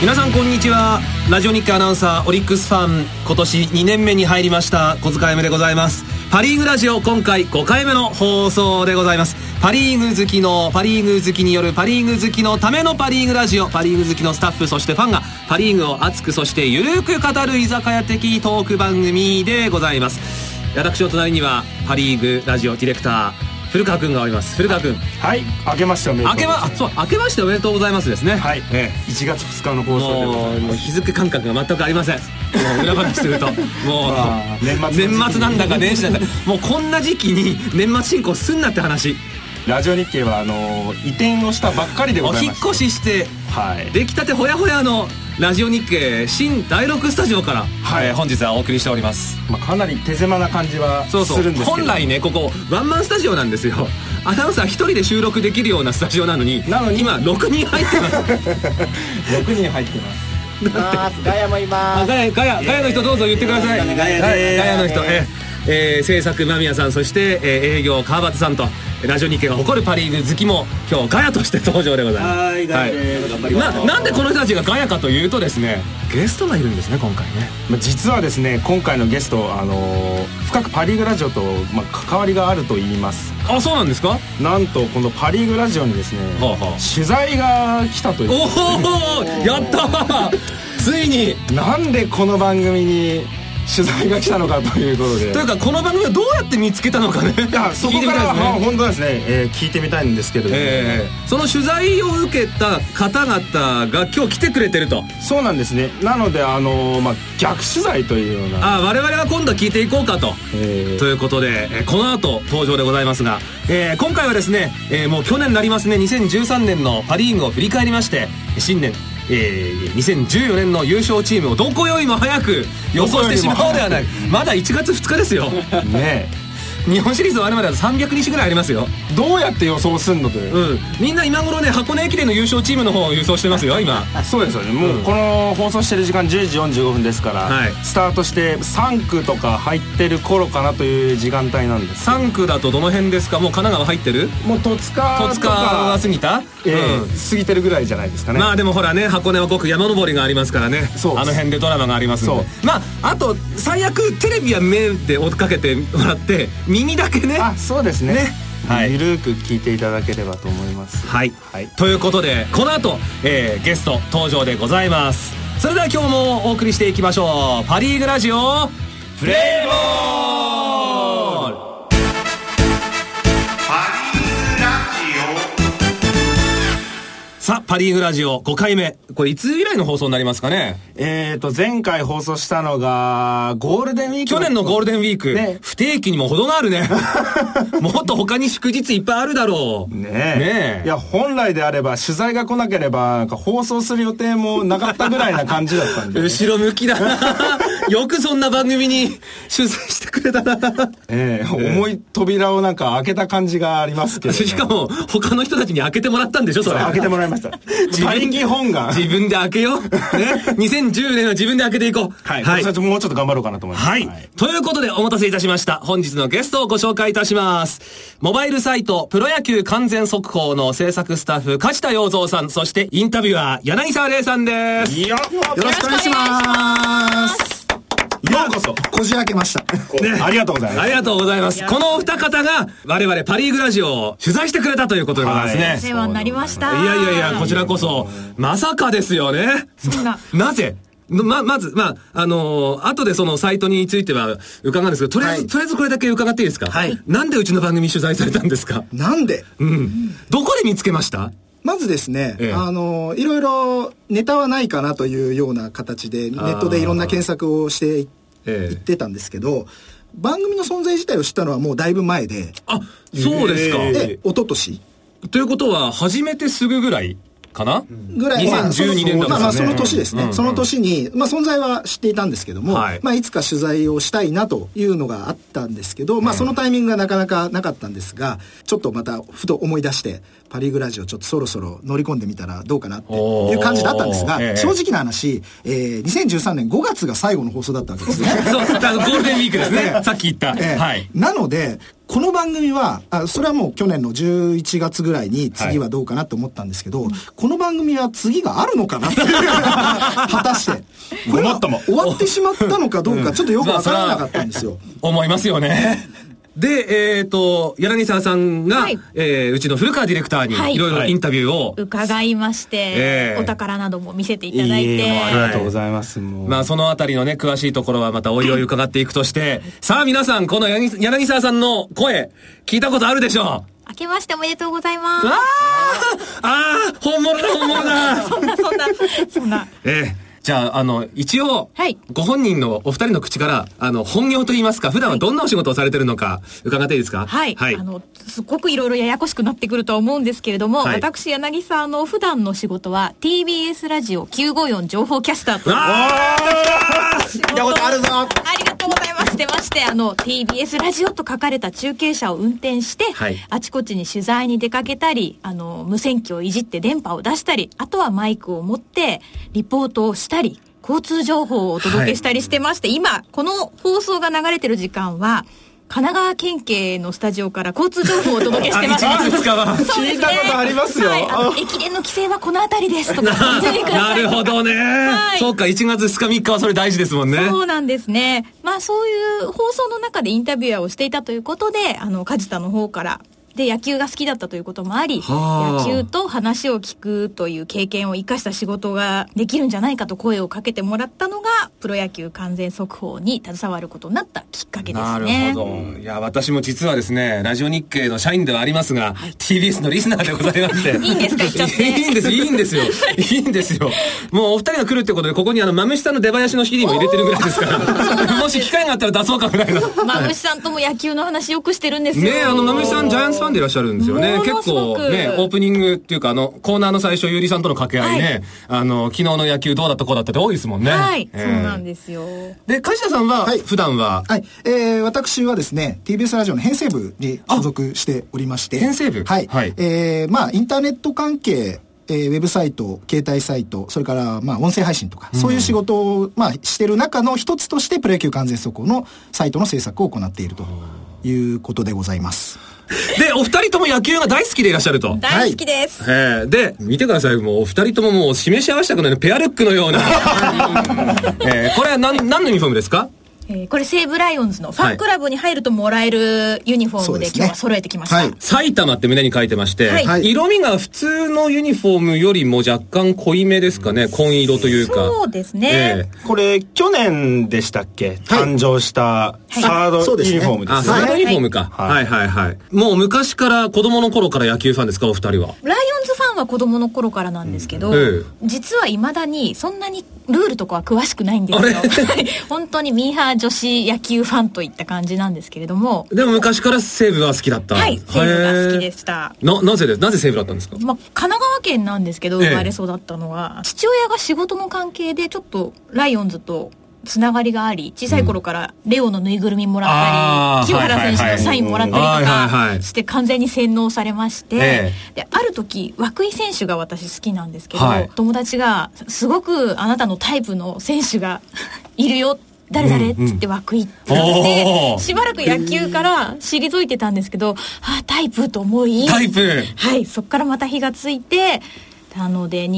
皆さんこんにちはラジオ日記アナウンサーオリックスファン今年2年目に入りました小塚 M でございますパ・リーグラジオ今回5回目の放送でございますパ・リーグ好きのパ・リーグ好きによるパ・リーグ好きのためのパ・リーグラジオパ・リーグ好きのスタッフそしてファンがパ・リーグを熱くそしてゆるく語る居酒屋的トーク番組でございます私の隣にはパ・リーグラジオディレクター古川君がおります古川君はい、明けましておめでとう明けまあそう明けましておめでとうございますですねはい、ええ1月2日の放送でごもざういもまうす。日付感覚が全くありませんもう裏話するともう、まあ年末の時期年末なんだか年始なんだかもうこんな時期に年末進行すんなって話ラジオ日経はあの移転をしたばっかりでごおざい引っまして越ししてはい、出来たてほやほやのラジオ日経新第6スタジオから、はいえー本日はお送りしておりますまあ、かなり手狭な感じはすそうそうるんですけど本来ねここワンマンスタジオなんですよアナウンサー一人で収録できるようなスタジオなのになのに今6人入ってます6人入ってますます。ガヤもいまあす。ガヤガヤガヤの人どうぞ言ってください。よろしくお願いしますはいガヤの人。ええー制作間宮さんそして、えー営業川端さんとラジオ日経が誇るパ・リーグ好きも今日ガヤとして登場でございますはい、ガヤはです。頑張いりなます。なんでこの人たちがガヤかというとですねゲストがいるんですね今回ねまあ実はですね今回のゲスト、あの深くパ・リーグラジオと、まあ、関わりがあると言いますあそうなんですかなんとこのパ・リーグラジオにですね、はあはあ取材が来たというおおやったーついになんでこの番組に取材が来たのかということでというかこの番組をどうやって見つけたのかねいやそこからは、まあ本当はですね、えー聞いてみたいんですけれども、えーその取材を受けた方々が今日来てくれてるとそうなんですねなのであのーまあ逆取材というようなあ我々は今度聞いていこうかとえということで、えーこの後登場でございますが、えー今回はですね、えーもう去年になりますね2013年のパ・リーグを振り返りまして新年、えー2014年の優勝チームをどこよりも早く予想してしまおうではないまだ1月2日ですよ ーね日本シリーズ終わるまであと300日ぐらいありますよえどうやって予想すんのというう、んみんな今頃ね箱根駅伝の優勝チームの方を予想してますよ今そうですよねもうこの放送してる時間10時45分ですから、はいスタートして3区とか入ってる頃かなという時間帯なんです3区だとどの辺ですかもう神奈川入ってるもう戸塚戸と塚かは過ぎた、ええうん過ぎてるぐらいじゃないですかね、まあでもほらね箱根は僕山登りがありますからねそうあの辺でドラマがありますんでそうまああと最悪テレビは目で追っかけてもらって耳だけねあそうですねねはいゆるーく聞いていただければと思いますはい、はいということでこの後、えーゲスト登場でございますそれでは今日もお送りしていきましょうパ・リーグラジオプレイボールさあパ・リーグラジオ5回目これいつ以来の放送になりますかねえー、と前回放送したのがゴールデンウィーク去年のゴールデンウィーク、ね不定期にも程があ るね。もっと他に祝日いっぱいあるだろう。ねえねえいや本来であれば取材が来なければなんか放送する予定もなかったぐらいな感じだった んで、ね後ろ向き だな。よくそんな番組に取材してくれたな。ええ重い扉をなんか開けた感じがありますけれど しかも、他の人たちに開けてもらったんでしょ、それ。開けてもらいました 自他分力本願自分で開けよう。ね。2010年は 自分で開けていこう。はい、ははいい、。もうちょっと頑張ろうかなと思いますはい。ということで、お待たせいたしました。本日のゲストをご紹介いたします。モバイルサイト、プロ野球完全速報の制作スタッフ、梶田洋三さん、そしてインタビュアー、柳沢玲さんです。いやよろしくお願いします。ようこそこじ開けました。ありがとうございまあすりがとうございます。このお二方が、我々パリーグラジオを取材してくれたということでございますはねい。世話になりました。いやいやいや、こちらこそ、まさかですよね。そんななぜのま、まず、まあ、あのー後でそのサイトについては伺うんですけど、とりあえず、はいとりあえずこれだけ伺っていいですかはいなんでうちの番組取材されたんですかなんでうん。どこで見つけましたまずですね、ええあの、いろいろネタはないかなというような形で、ネットでいろんな検索をしてい、ええ行ってたんですけど、番組の存在自体を知ったのはもうだいぶ前で、あ、そうですか。で、一昨年ということは、始めてすぐぐらいかな、ぐらい、まあその2012年だまかあまらあそね。の年ですね、その年に、まあ存在は知っていたんですけども、はいい、まあいつか取材をしたいなというのがあったんですけど、まあそのタイミングがなかなかなかったんですが、ちょっとまたふと思い出して、パリグラジオちょっとそろそろ乗り込んでみたらどうかなっておーいう感じだったんですが、ええ正直な話、えー、2013年5月が最後の放送だったわけですね。 そう、だからゴールデンウィークですね。さっき言った。ええはい。なので、この番組はあそれはもう去年の11月ぐらいに次はどうかなと思ったんですけど、この番組は次があるのかなっていう果たしてこごれもはっとも終わってしまったのかどうかちょっとよくわからなかったんですよ。思いますよ ね。で、えっ、と、柳沢さんが、はいえーうちの古川ディレクターに、はいいろいろはいインタビューを、伺いまして、ええお宝なども見せていただいて。えもうありがとうはございます。もうまあ、そのあたりのね、詳しいところはまたおいおい伺っていくとして、さあ皆さん、この柳柳沢さんの声、聞いたことあるでしょう明けましておめでとうございます。ああああ本物だ、本物だそんなそんな、そんな。 ええじゃあ、あの、一応、はいご本人のお二人の口から、あの、本業といいますか、普段はどんなお仕事をされてるのか、伺っていいですかはい、はいあ。のすごくいろいろややこしくなってくるとは思うんですけれども、はい私柳沢の普段の仕事は TBS ラジオ954情報キャスターというあ仕事見たことあるぞありがとうございますしてましてあの TBS ラジオと書かれた中継車を運転して、はいあちこちに取材に出かけたりあの無線機をいじって電波を出したりあとはマイクを持ってリポートをしたり交通情報をお届けしたりしてまして、今この放送が流れてる時間は神奈川県警のスタジオから交通情報をお届けしてます。あ一日ですかそうで聞すねいたことありますよはい、あの駅伝の規制はこの辺りですとか。ご注意くだなさいるほどね。はいそうか、1月2日3日はそれ大事ですもんね。そうなんですね。まあそういう放送の中でインタビュアーをしていたということで、あの、梶田の方から。で、野球が好きだったということもあり、はあ野球と話を聞くという経験を生かした仕事ができるんじゃないかと声をかけてもらったのが、プロ野球完全速報に携わることになったきっかけですなね。るほど。いや、私も実はですね、ラジオ日経の社員ではありますが、TBS のリスナーでございまして。 いいんですか言っちゃっていいんです、いいんですよ。いいんですよ。もうお二人が来るってことで、ここにあの、まむしさんの出囃子の CD も入れてるぐらいですから、もし機会があったら出そうかぐらいの。まぶしさんとも野球の話よくしてるんですよ。ねえ、あの、まむしさん、ジャイアンツファンでいらっしゃるんですよね。もの結す構ごく、ね、オープニングっていうか、あの、コーナーの最初、ゆうりさんとの掛け合いね、はあの、昨日の野球どうだったこうだったって多いですもんね。はい、ええそうなんですよ。で、梶田さんは、はい普段は、はい、えー、私はですね、TBS ラジオの編成部に所属しておりまして、編成部はい、はいえー、まあ、インターネット関係、えー、ウェブサイト、携帯サイト、それから、まあ、音声配信とか、そういう仕事を、まあ、してる中の一つとして、プロ野球完全速報のサイトの制作を行っているということでございます。で、お二人とも野球が大好きでいらっしゃると。大好きです。えー、で、見てください。もう、お二人とももう、示し合わせたくないペアルックのよ うな。えー、これは何、何のユニフォームですかえーこれ西武ライオンズのファンクラブに入るともらえるユニフォームでそうですね今日は揃えてきました。はい埼玉って胸に書いてまして、はいはい色味が普通のユニフォームよりも若干濃いめですかね。紺色というか。そうですねこれ去年でしたっけ誕生したサーあそドうですユニねフォームであ、すよサードね。ユニフォームか、は。はいいはいはいもう昔から子供の頃から野球ファンですか、お二人は。ライオンズファンは子供の頃からなんですけど、うん実はいまだにそんなにルールとかは詳しくないんですよあれ。 本当にミーハー女子野球ファンといった感じなんですけれども、でも昔から西武は好きだった。はい、西武が好きでへした。ー。な、なぜです、なぜ西武だったんですかまあ、神奈川県なんですけどええ生まれ育ったのは、父親が仕事の関係でちょっとライオンズとつながりがあり小さい頃からレオのぬいぐるみもらあーったり、清原選手のサインもらったりとはいはいはいはいはいはいはかいして完全に洗脳されまして、えである時涌井選手が私好きなんですけど、はい友達が「すごくあなたのタイプの選手がいるよ」誰誰っうんうんつって涌井って言って、おーしばらく野球から退いてたんですけど、あータイプと思い、タイプはい、そこからまた火がついて、なので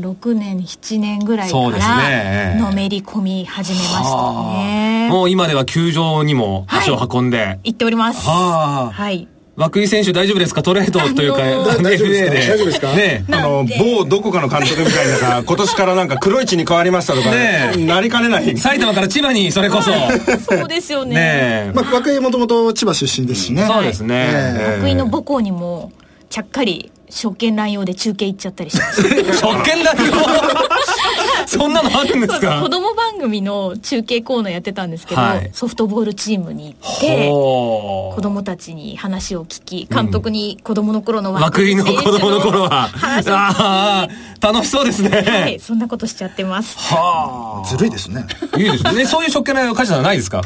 2006年、7年ぐらいかそうですねら、のめり込み始めましたね。もう今では球場にも足を運んで。行っております。はあはい。涌井選手大丈夫ですかトレードというか、あのー FA 大丈夫ですかで。大丈夫ですかねえあの某どこかの監督みたいなさ今年からなんか黒い地に変わりましたとかねえなりかねない埼玉から千葉に、それこそ。そうですよね。ねえ。まあ、若井もともと千葉出身ですしね。そうですね。ええ涌、井、の母校にも、ちゃっかり、証券乱用で中継行っちゃったりしま した。職権だよそんなのあるんですか子供番組の中継コーナーやってたんですけど、はいソフトボールチームに行って、ほう子供たちに話を聞き、監督に子供の頃の涌井の子供の頃は。話を聞ああ、楽しそうですね。き、はい、そんなことしちゃってます。はずるいですね。あ。いいですね。そういう食券の家事はないですか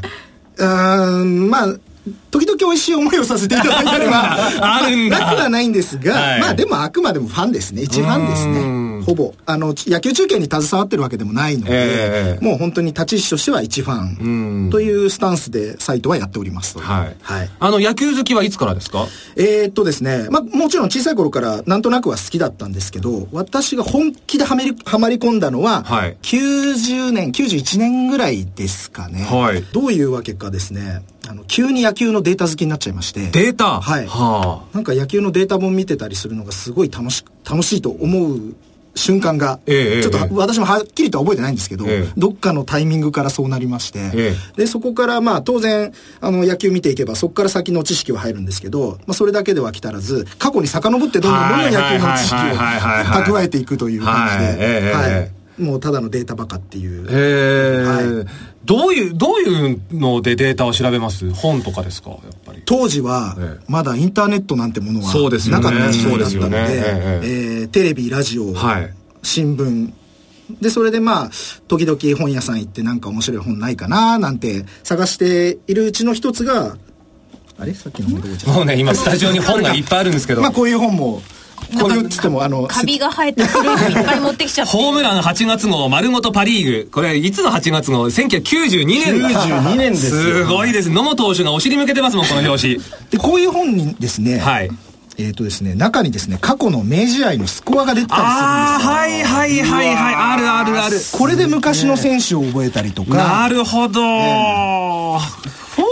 うーん、まあ、時々美味しい思いをさせていただいたりは、 あるんだまあなくはないんですが、はいまあでもあくまでもファンですね。一ファンですね。うーんほぼあのち野球中継に携わってるわけでもないのええで、もう本当に立ち位置としては一ファンというスタンスでサイトはやっております。はいはいあの、野球好きはいつからですかえーっとですね、まあ、もちろん小さい頃からなんとなくは好きだったんですけど、私が本気ではめり、はまり込んだのは、はい90年、91年ぐらいですかね。はいどういうわけかですね、あの、急に野球のデータ好きになっちゃいまして。データはいはなんか野球のデータ本見てたりするのがすごい楽し、楽しいと思う瞬間が、ええちょっとはええ私もはっきりとは覚えてないんですけど、ええどっかのタイミングからそうなりまして、えで、そこからまあ当然、あの野球見ていけばそこから先の知識は入るんですけど、まあそれだけでは飽き足らず、過去に遡ってどんどんどんどん野球の知識はいはをいはいはいはい蓄えていくという感じはいええで、はえい。もうただのデータバカっていう。い。へえ、はいどういう、どういうのでデータを調べます本とかですかやっぱり。当時はええまだインターネットなんてものはそうですよなねかった時代だったのでそうですよねええーテレビラジオ、はい新聞でそれでまあ時々本屋さん行ってなんか面白い本ないかななんて探しているうちの一つがあれさっきのもどこじゃもうね、今スタジオに本がいっぱいあるんですけどまあ、こういう本もこういうっつってもあのカビが生えた古いのいっぱい持ってきちゃってホームラン8月号、丸ごとパリーグ。これ、いつの8月号 ?1992 年だ。 92年ですよすごいです。野茂投手がお尻向けてますもん、この 表紙。でこういう本にですね、はいえっ、とですね中にですね過去の明治愛のスコアが出てたりするんですよああ、はいはいはいはい。あるあるある。これで昔の選手を覚えたりとかなるほど。ほー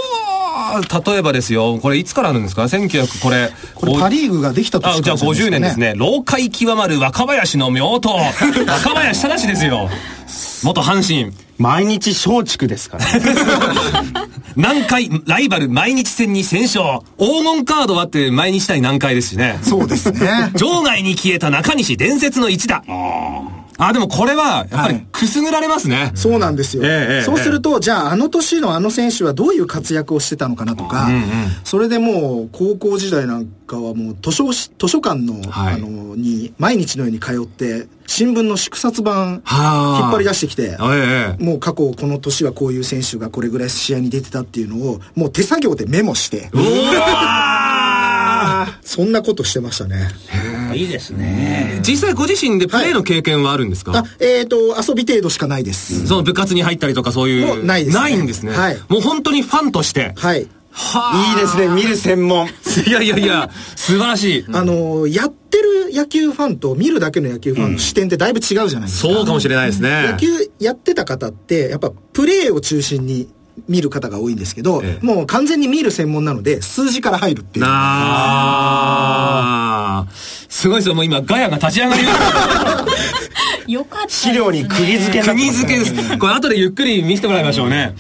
例えばですよ、これいつからあるんですか ?1900、これ。これパリーグができたあ、年じかゃあらゃない50年ですね。老快極まる若林の妙刀。若林正ですよ。元阪神。毎日松竹ですからね南海、ライバル毎日戦に戦勝。黄金カードはって毎日対南海ですしね。そうですね場外に消えた中西伝説の一打。あ、でもこれは、やっぱはりいくすぐられますね。そうなんですよ、ええええそうすると、じゃああの年のあの選手はどういう活躍をしてたのかなとか、それでもう高校時代なんかはもう図書図書館の,、はいあのに毎日のように通って新聞の縮刷版引っはあ張り出してきて。えええもう過去この年はこういう選手がこれぐらい試合に出てたっていうのをもう手作業でメモしてえ。うわそんなことしてましたね いいですね。ー実際ご自身でプレーの経験はあるんですか、あえっ、と遊び程度しかないです、その部活に入ったりとかそういう。もうないですねないんですね。はいもう本当にファンとして。はいはいいですね見る専門です。いやいやいや、素晴らしい。あのやってる野球ファンと見るだけの野球ファンの視点ってだいぶ違うじゃないですか。そうかもしれないですね。野球やってた方って、やっぱプレーを中心に見る方が多いんですけど、ええもう完全に見る専門なので、数字から入るっていう。なあ。すごいですよ、もう今、ガヤが立ち上がりました。よかったです資料に釘付 けになって組ます付ねけです。これ、後でゆっくり見せてもらいましょうね。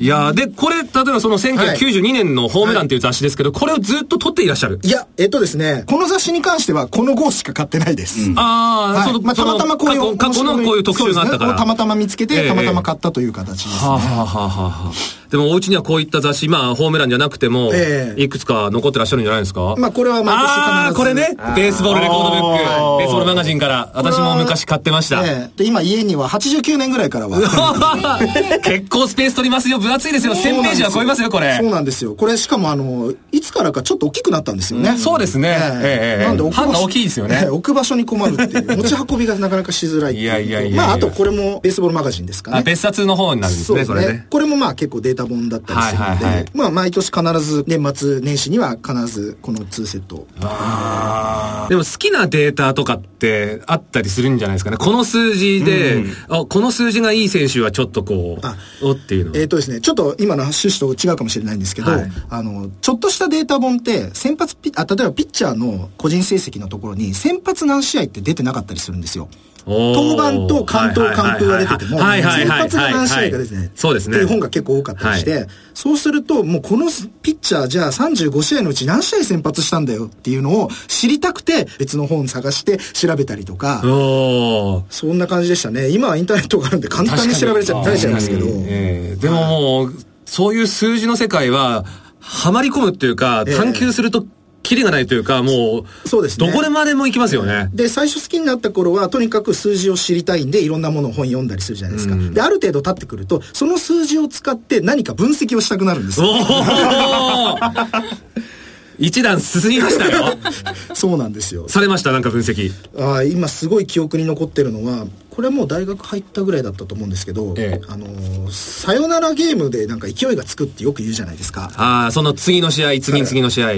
いやーで、これ、例えばその1992年のホームランっていう雑誌ですけど、これをずっと撮っていらっしゃる。いや、えっとですね、この雑誌に関してはこの号しか買ってないです。ああ、はいそのまあ、たまたまこういう過去過去のこういう特集があったから。そうですねたまたま見つけええて、たまたま買ったという形です、はあ、はあはあはあはあ、でもお家にはこういった雑誌、まあホームランじゃなくても、ええいくつか残ってらっしゃるんじゃないですかまあこれは毎年必ずああ、これね。ベースボールレコードブック、あーベースボールマガジンから、私も昔買ってました。ええで今家には89年ぐらいからは。 結構スペース取りますよ。分厚いですよ。1000ページは超えますよ、これそ。うなんですよ。これしかもあの、いつからかちょっと大きくなったんですよね。そうですねええなんで版が大きいですよねええ置く場所に困るっ ていう。持ち運びがなかなかしづらいってういやいやいやいやまああとこれもベースボールマガジンですかあ、ね。別冊の方になるんですそうね、でそすれねね。。これもまあ結構データ本だったりするはのいで、はいはいまあ毎年必ず年末年始には必ずこの2セットをでも好きなデータとかってあったりするんじゃないですかね。この数字で、あこの数字がいい選手はちょっとこあう、おっていうのは。えっ、とですね、ちょっと今の趣旨と違うかもしれないんですけど、はいあの、ちょっとしたデータ本って、先発ピッあ、例えばピッチャーの個人成績のところに、先発何試合って出てなかったりするんですよ。おー登板と関東完封が出てても、はいはいはい先はい発が何試合かですはいはいね、そうですねっていう本が結構多かったりして、はそうすると、もうこのピッチャーじゃあ35試合のうち何試合先発したんだよっていうのを知りたくて、別の本探して調べたりとか、おーそんな感じでしたね。今はインターネットがあるんで簡単に調べちゃ確かったにりちゃいますけど。ええでももう、そういう数字の世界は、はまり込むっていうか、ええ探求すると、キリがないというか、もう、そうですねどこでまでも行きますよね。で、最初好きになった頃は、とにかく数字を知りたいんで、いろんなものを本読んだりするじゃないですか。で、ある程度経ってくると、その 数字を使って何か分析をしたくなるんですおよ。ー一段進みましたよ。そうなんですよされました、なんか分析。あー今すごい記憶に残ってるのはこれはもう大学入ったぐらいだったと思うんですけど、ええあのーサヨナラゲームでなんか勢いがつくってよく言うじゃないですかああ、その次の試合、次に次 の試合。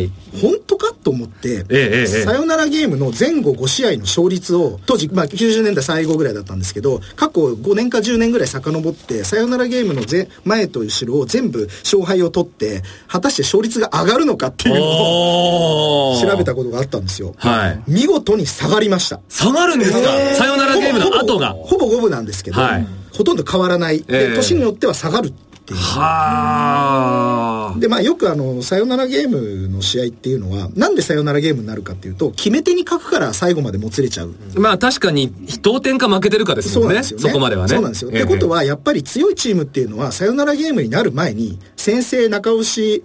本当かと思って、ええええサヨナラゲームの前後5試合の勝率を当時、まあ、90年代最後ぐらいだったんですけど過去5年か10年ぐらい遡ってサヨナラゲームの前前と後ろを全部勝敗を取って果たして勝率が上がるのかっていうのをおー調べたことがあったんですよ、はい見事に下がりました下がるんですかえーさよならゲームの後が。ほぼほぼ五分なんですけど、はいほとんど変わらない、ええで年によっては下がるっていうはあ。でまあよくあのサヨナラゲームの試合っていうのはなんでサヨナラゲームになるかっていうと決め手に書くから最後までもつれちゃう、まあ確かに、同点か負けてるかですそうもなね。んんですそよねこまではね。そうなんですよ、ええってこと、はやっぱり強いチームっていうのはサヨナラゲームになる前に先制中押し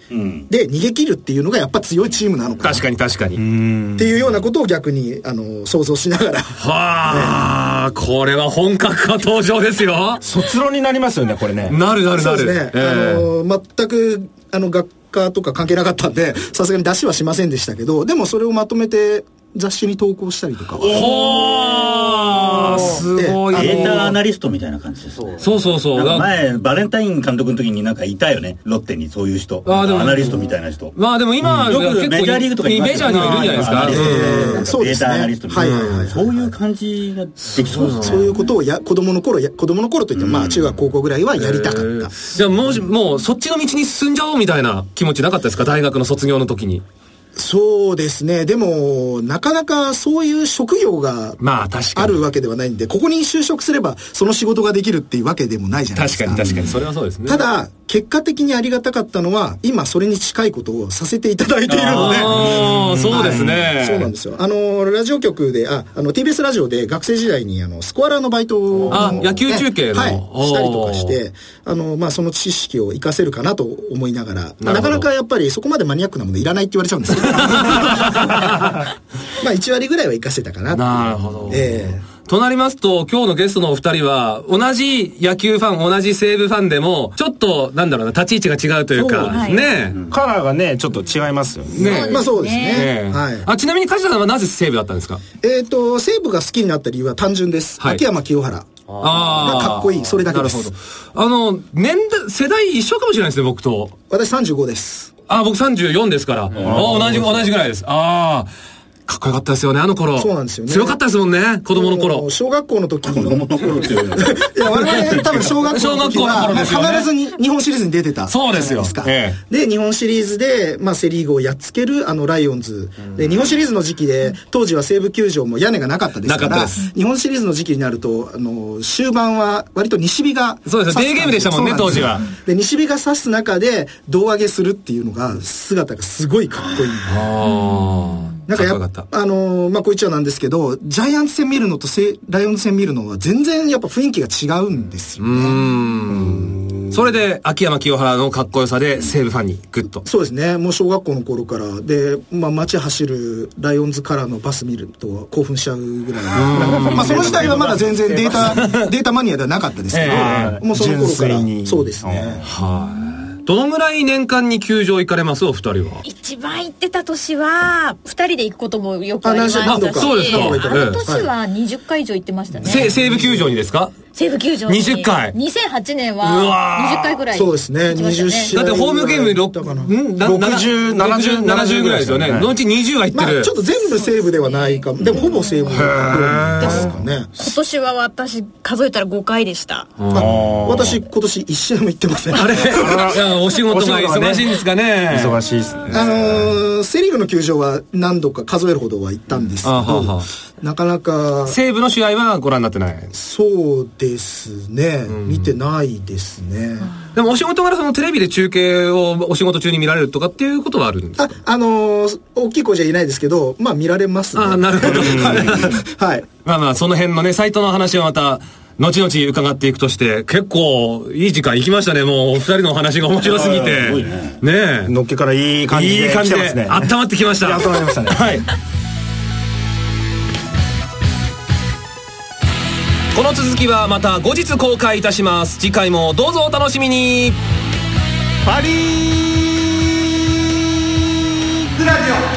で逃げ切るっていうのがやっぱ強いチームなのかな確かに確かに。っていうようなことを逆にあの想像しながらはあ、これは本格化登場ですよ。卒論になりますよね、これね。なるなるそなうる。ですね、ええあの全くあの学科とか関係なかったんでさすがに出しはしませんでしたけどでもそれをまとめて雑誌に投稿したりとかはほーすごいあのデータアなナリストみたいな感じですね。そうそうそうなんかが前、バレンタイン監督の時になんかいたよね。ロッテにそういう人。あーでもアナリストみたいな人。まあでも今、よく結構メジャーリーグとかメますジャよーにねはいるんじゃないですあかーうんアナリストうんそうですねデータアナリストみたいはいはいはな。いそういう感じができそうですそうね。いうことをや子供の頃や子供の頃といってもまあ中学高校ぐらいはやりたかった。じゃあもう、もうそっちの道に進んじゃおうみたいな気持ちなかったですか大学の卒業の時に。そうですね。でもなかなかそういう職業がまあ確かに。あるわけではないんで、ここに就職すればその仕事ができるっていうわけでもないじゃないです確か。かに確かに。それはそうですね。た、だ結果的にありがたかったのは今それに近いことをさせていただいているので。あーそうですね。そうなんですよ。あの、ラジオ局で、あ、あの、TBS ラジオで学生時代に、あの、スコアラーのバイトを、あ野球中継のはい、おーしたりとかして、あの、まあ、その知識を活かせるかなと思いながら、まなあるなほかどなかやっぱりそこまでマニアックなものいらないって言われちゃうんです けど、まあ、1割ぐらいは活かせたかなっていうなるほど。ええとなりますと、今日のゲストのお二人は、同じ野球ファン、同じ西武ファンでも、ちょっと、なんだろうな、立ち位置が違うというそうか、はいねカラーがね、ちょっと違いますよね。ねえまあ、そうですえ。ね。ねえはい。あ、ちなみに梶田さんはなぜ西武だったんですかえっ、と、西武が好きになった理由は単純です。はい秋山清原。ああ。かっこいいそれだけですなるほど。あの、年代、世代一緒かもしれないですね、僕と。私35です。あ、僕34ですから。あ同じ、同じぐらいです。ああ。かっこよかったですよね、あの頃。そうなんですよね強かったですもんね、子供のあ頃の。小学校の時に、子供の頃っていうのは。いや、我 々多分小学校小の時学校のは、頃ですよねまあ必ずに日本シリーズに出てた。そうですよじゃないえですか。で、日本シリーズで、まあセリーグをやっつける、あの、ライオンズ。で、日本シリーズの時期で、当時は西武球場も屋根がなかったですなかかったら、です日本シリーズの時期になると、あの、終盤は割と西日が。そうですよデーゲームでしたもんねそうな当ですよで、西日が差す中で、胴上げするっていうのが、姿がすごいかっこいい。ああ。なんかやっこよっかった。あのーまあ、こう言っちゃなんですけど、ジャイアンツ戦見るのとせライオンズ戦見るのは全然やっぱ雰囲気が違うんですよね。それで、秋山清原のかっこよさで、西武ファンにグッと。そうですね。もう小学校の頃から。で、まあ街走るライオンズカラーのバス見ると興奮しちゃうぐらい。まあその時代はまだ全 然データ、データマニアではなかったですけど、えもうその純頃か粋ら。にそうですね。はい。どのぐらい年間に球場行かれますお二人は。一番行ってた年は、二人で行くこともよくありましあ何度たかし、そうですかあの年は20回以上行ってましたね。せ西武球場にですか西武球場に20回2008年うわはー20回ぐらいそうですね行きました20試合だってホームゲームだから6、んなな60 70 70ぐらいですよね。はいのうち20は行ってまある。ちょっと全部セーブではないかも。でもほぼセーブですかね。今年は私数えたら5回でしたまあ私今年一試合も行ってません。あれい やお仕事が忙しいんですかね。忙しいですね。あのーセ・リーグの球場は何度か数えるほどは行ったんですけあはどは、なかなか、西武の試合はご覧になってない。そうですね、見てないですね。でもお仕事柄そのテレビで中継をお仕事中に見られるとかっていうことはあるんですあか、あのー大きい声じゃ言えないですけど、まあ見られますね。ああ、なる ほど。はい。まあまあ、その辺のね、サイトの話はまた、後々伺っていくとして、結構、いい時間行きましたね。もう、お二人のお話が面白すぎいやてすごいね。ねのっけからいいえ。感じいいで感来じてで、ますね。温まってきました。いや温まりましたねはい。この続きはまた後日公開いたします。次回もどうぞお楽しみにパリーグラジオ